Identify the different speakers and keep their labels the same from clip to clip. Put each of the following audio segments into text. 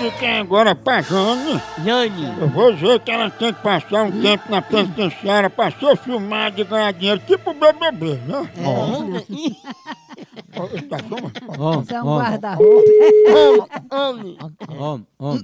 Speaker 1: ficar agora pra Jane.
Speaker 2: Yane.
Speaker 1: Eu vou dizer que ela tem que passar um tempo na penitenciária pra ser filmada e ganhar dinheiro, tipo o BBB, né? Ó, ele tá filmando? Ó.
Speaker 2: Om,
Speaker 3: Isso é um
Speaker 2: om,
Speaker 3: guarda-roupa.
Speaker 2: om, om.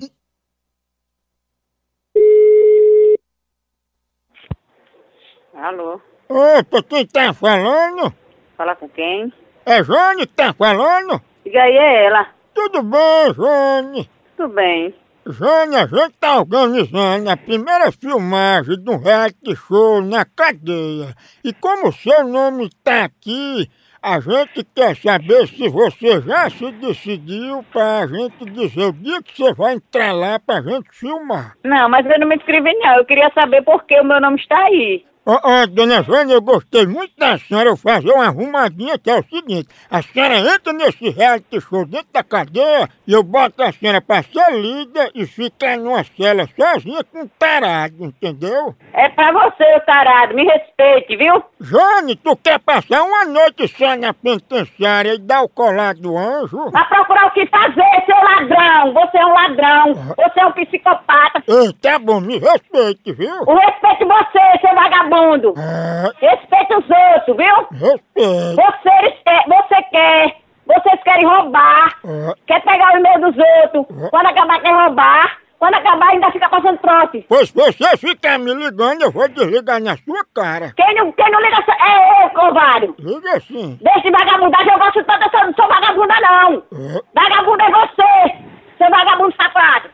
Speaker 4: Alô,
Speaker 1: Opa, quem tá falando?
Speaker 4: fala com quem?
Speaker 1: É Jane que tá falando?
Speaker 4: Diga aí, é ela.
Speaker 1: Tudo bem, Jane?
Speaker 4: Tudo bem.
Speaker 1: Jane, a gente tá organizando a primeira filmagem de um reality show na cadeia. E como o seu nome tá aqui, a gente quer saber se você já se decidiu pra gente dizer o dia que você vai entrar lá pra gente filmar.
Speaker 4: Não, mas eu não me inscrevi não. Eu queria saber por que o meu nome está aí.
Speaker 1: Ó, ó, dona Jane, eu gostei muito da senhora. Eu fazer uma arrumadinha que é o seguinte: a senhora entra nesse reality show dentro da cadeia e eu boto a senhora pra ser líder e fica numa cela sozinha com um tarado, entendeu?
Speaker 4: É pra você, ô tarado. Me respeite, viu?
Speaker 1: Jane, tu quer passar uma noite só na penitenciária e dar o colar do anjo?
Speaker 4: Vai procurar o que fazer, seu ladrão. Você é um ladrão. Você é um psicopata.
Speaker 1: Ei, tá bom, me respeite, viu?
Speaker 4: Eu respeito você, seu vagabundo.
Speaker 1: Ah,
Speaker 4: Respeita os outros, viu?
Speaker 1: respeite.
Speaker 4: Vocês quer, você quer. Vocês querem roubar.
Speaker 1: Ah,
Speaker 4: Quer pegar o meio dos outros. Quando acabar, quer roubar. Quando acabar, ainda fica passando trote.
Speaker 1: pois se você ficar me ligando, eu vou desligar na sua cara.
Speaker 4: Quem não, quem não liga essa- é eu, covário.
Speaker 1: Liga assim.
Speaker 4: Deixa de vagabundagem, eu gosto tanto, eu não sou vagabunda não.
Speaker 1: Ah.
Speaker 4: Vagabunda é você, seu vagabundo safado.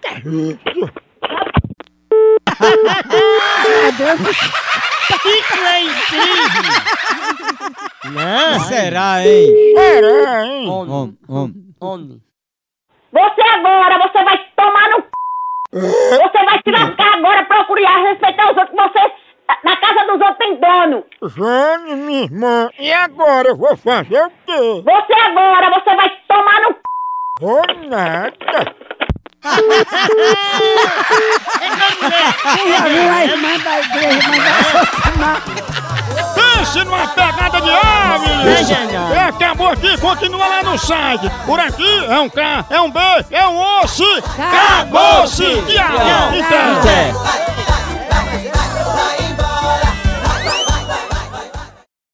Speaker 2: Ah, será, hein?
Speaker 1: Será, hein?
Speaker 2: Om, om.
Speaker 4: Você agora, você vai tomar no c... Você vai se lascar agora, procurar respeitar os outros, você... Na casa dos outros tem dono.
Speaker 1: Jane, minha irmã, e agora eu vou fazer o quê?
Speaker 4: Você agora, você vai tomar no c...
Speaker 1: Vou nada.
Speaker 3: Já viu a irmã da igreja, mas
Speaker 1: Pense numa pegada de aves! É, acabou aqui, continua lá no site. Por aqui é um K, é um B, é um osso. Acabou-se! E aí, então?
Speaker 2: É.
Speaker 5: Vai,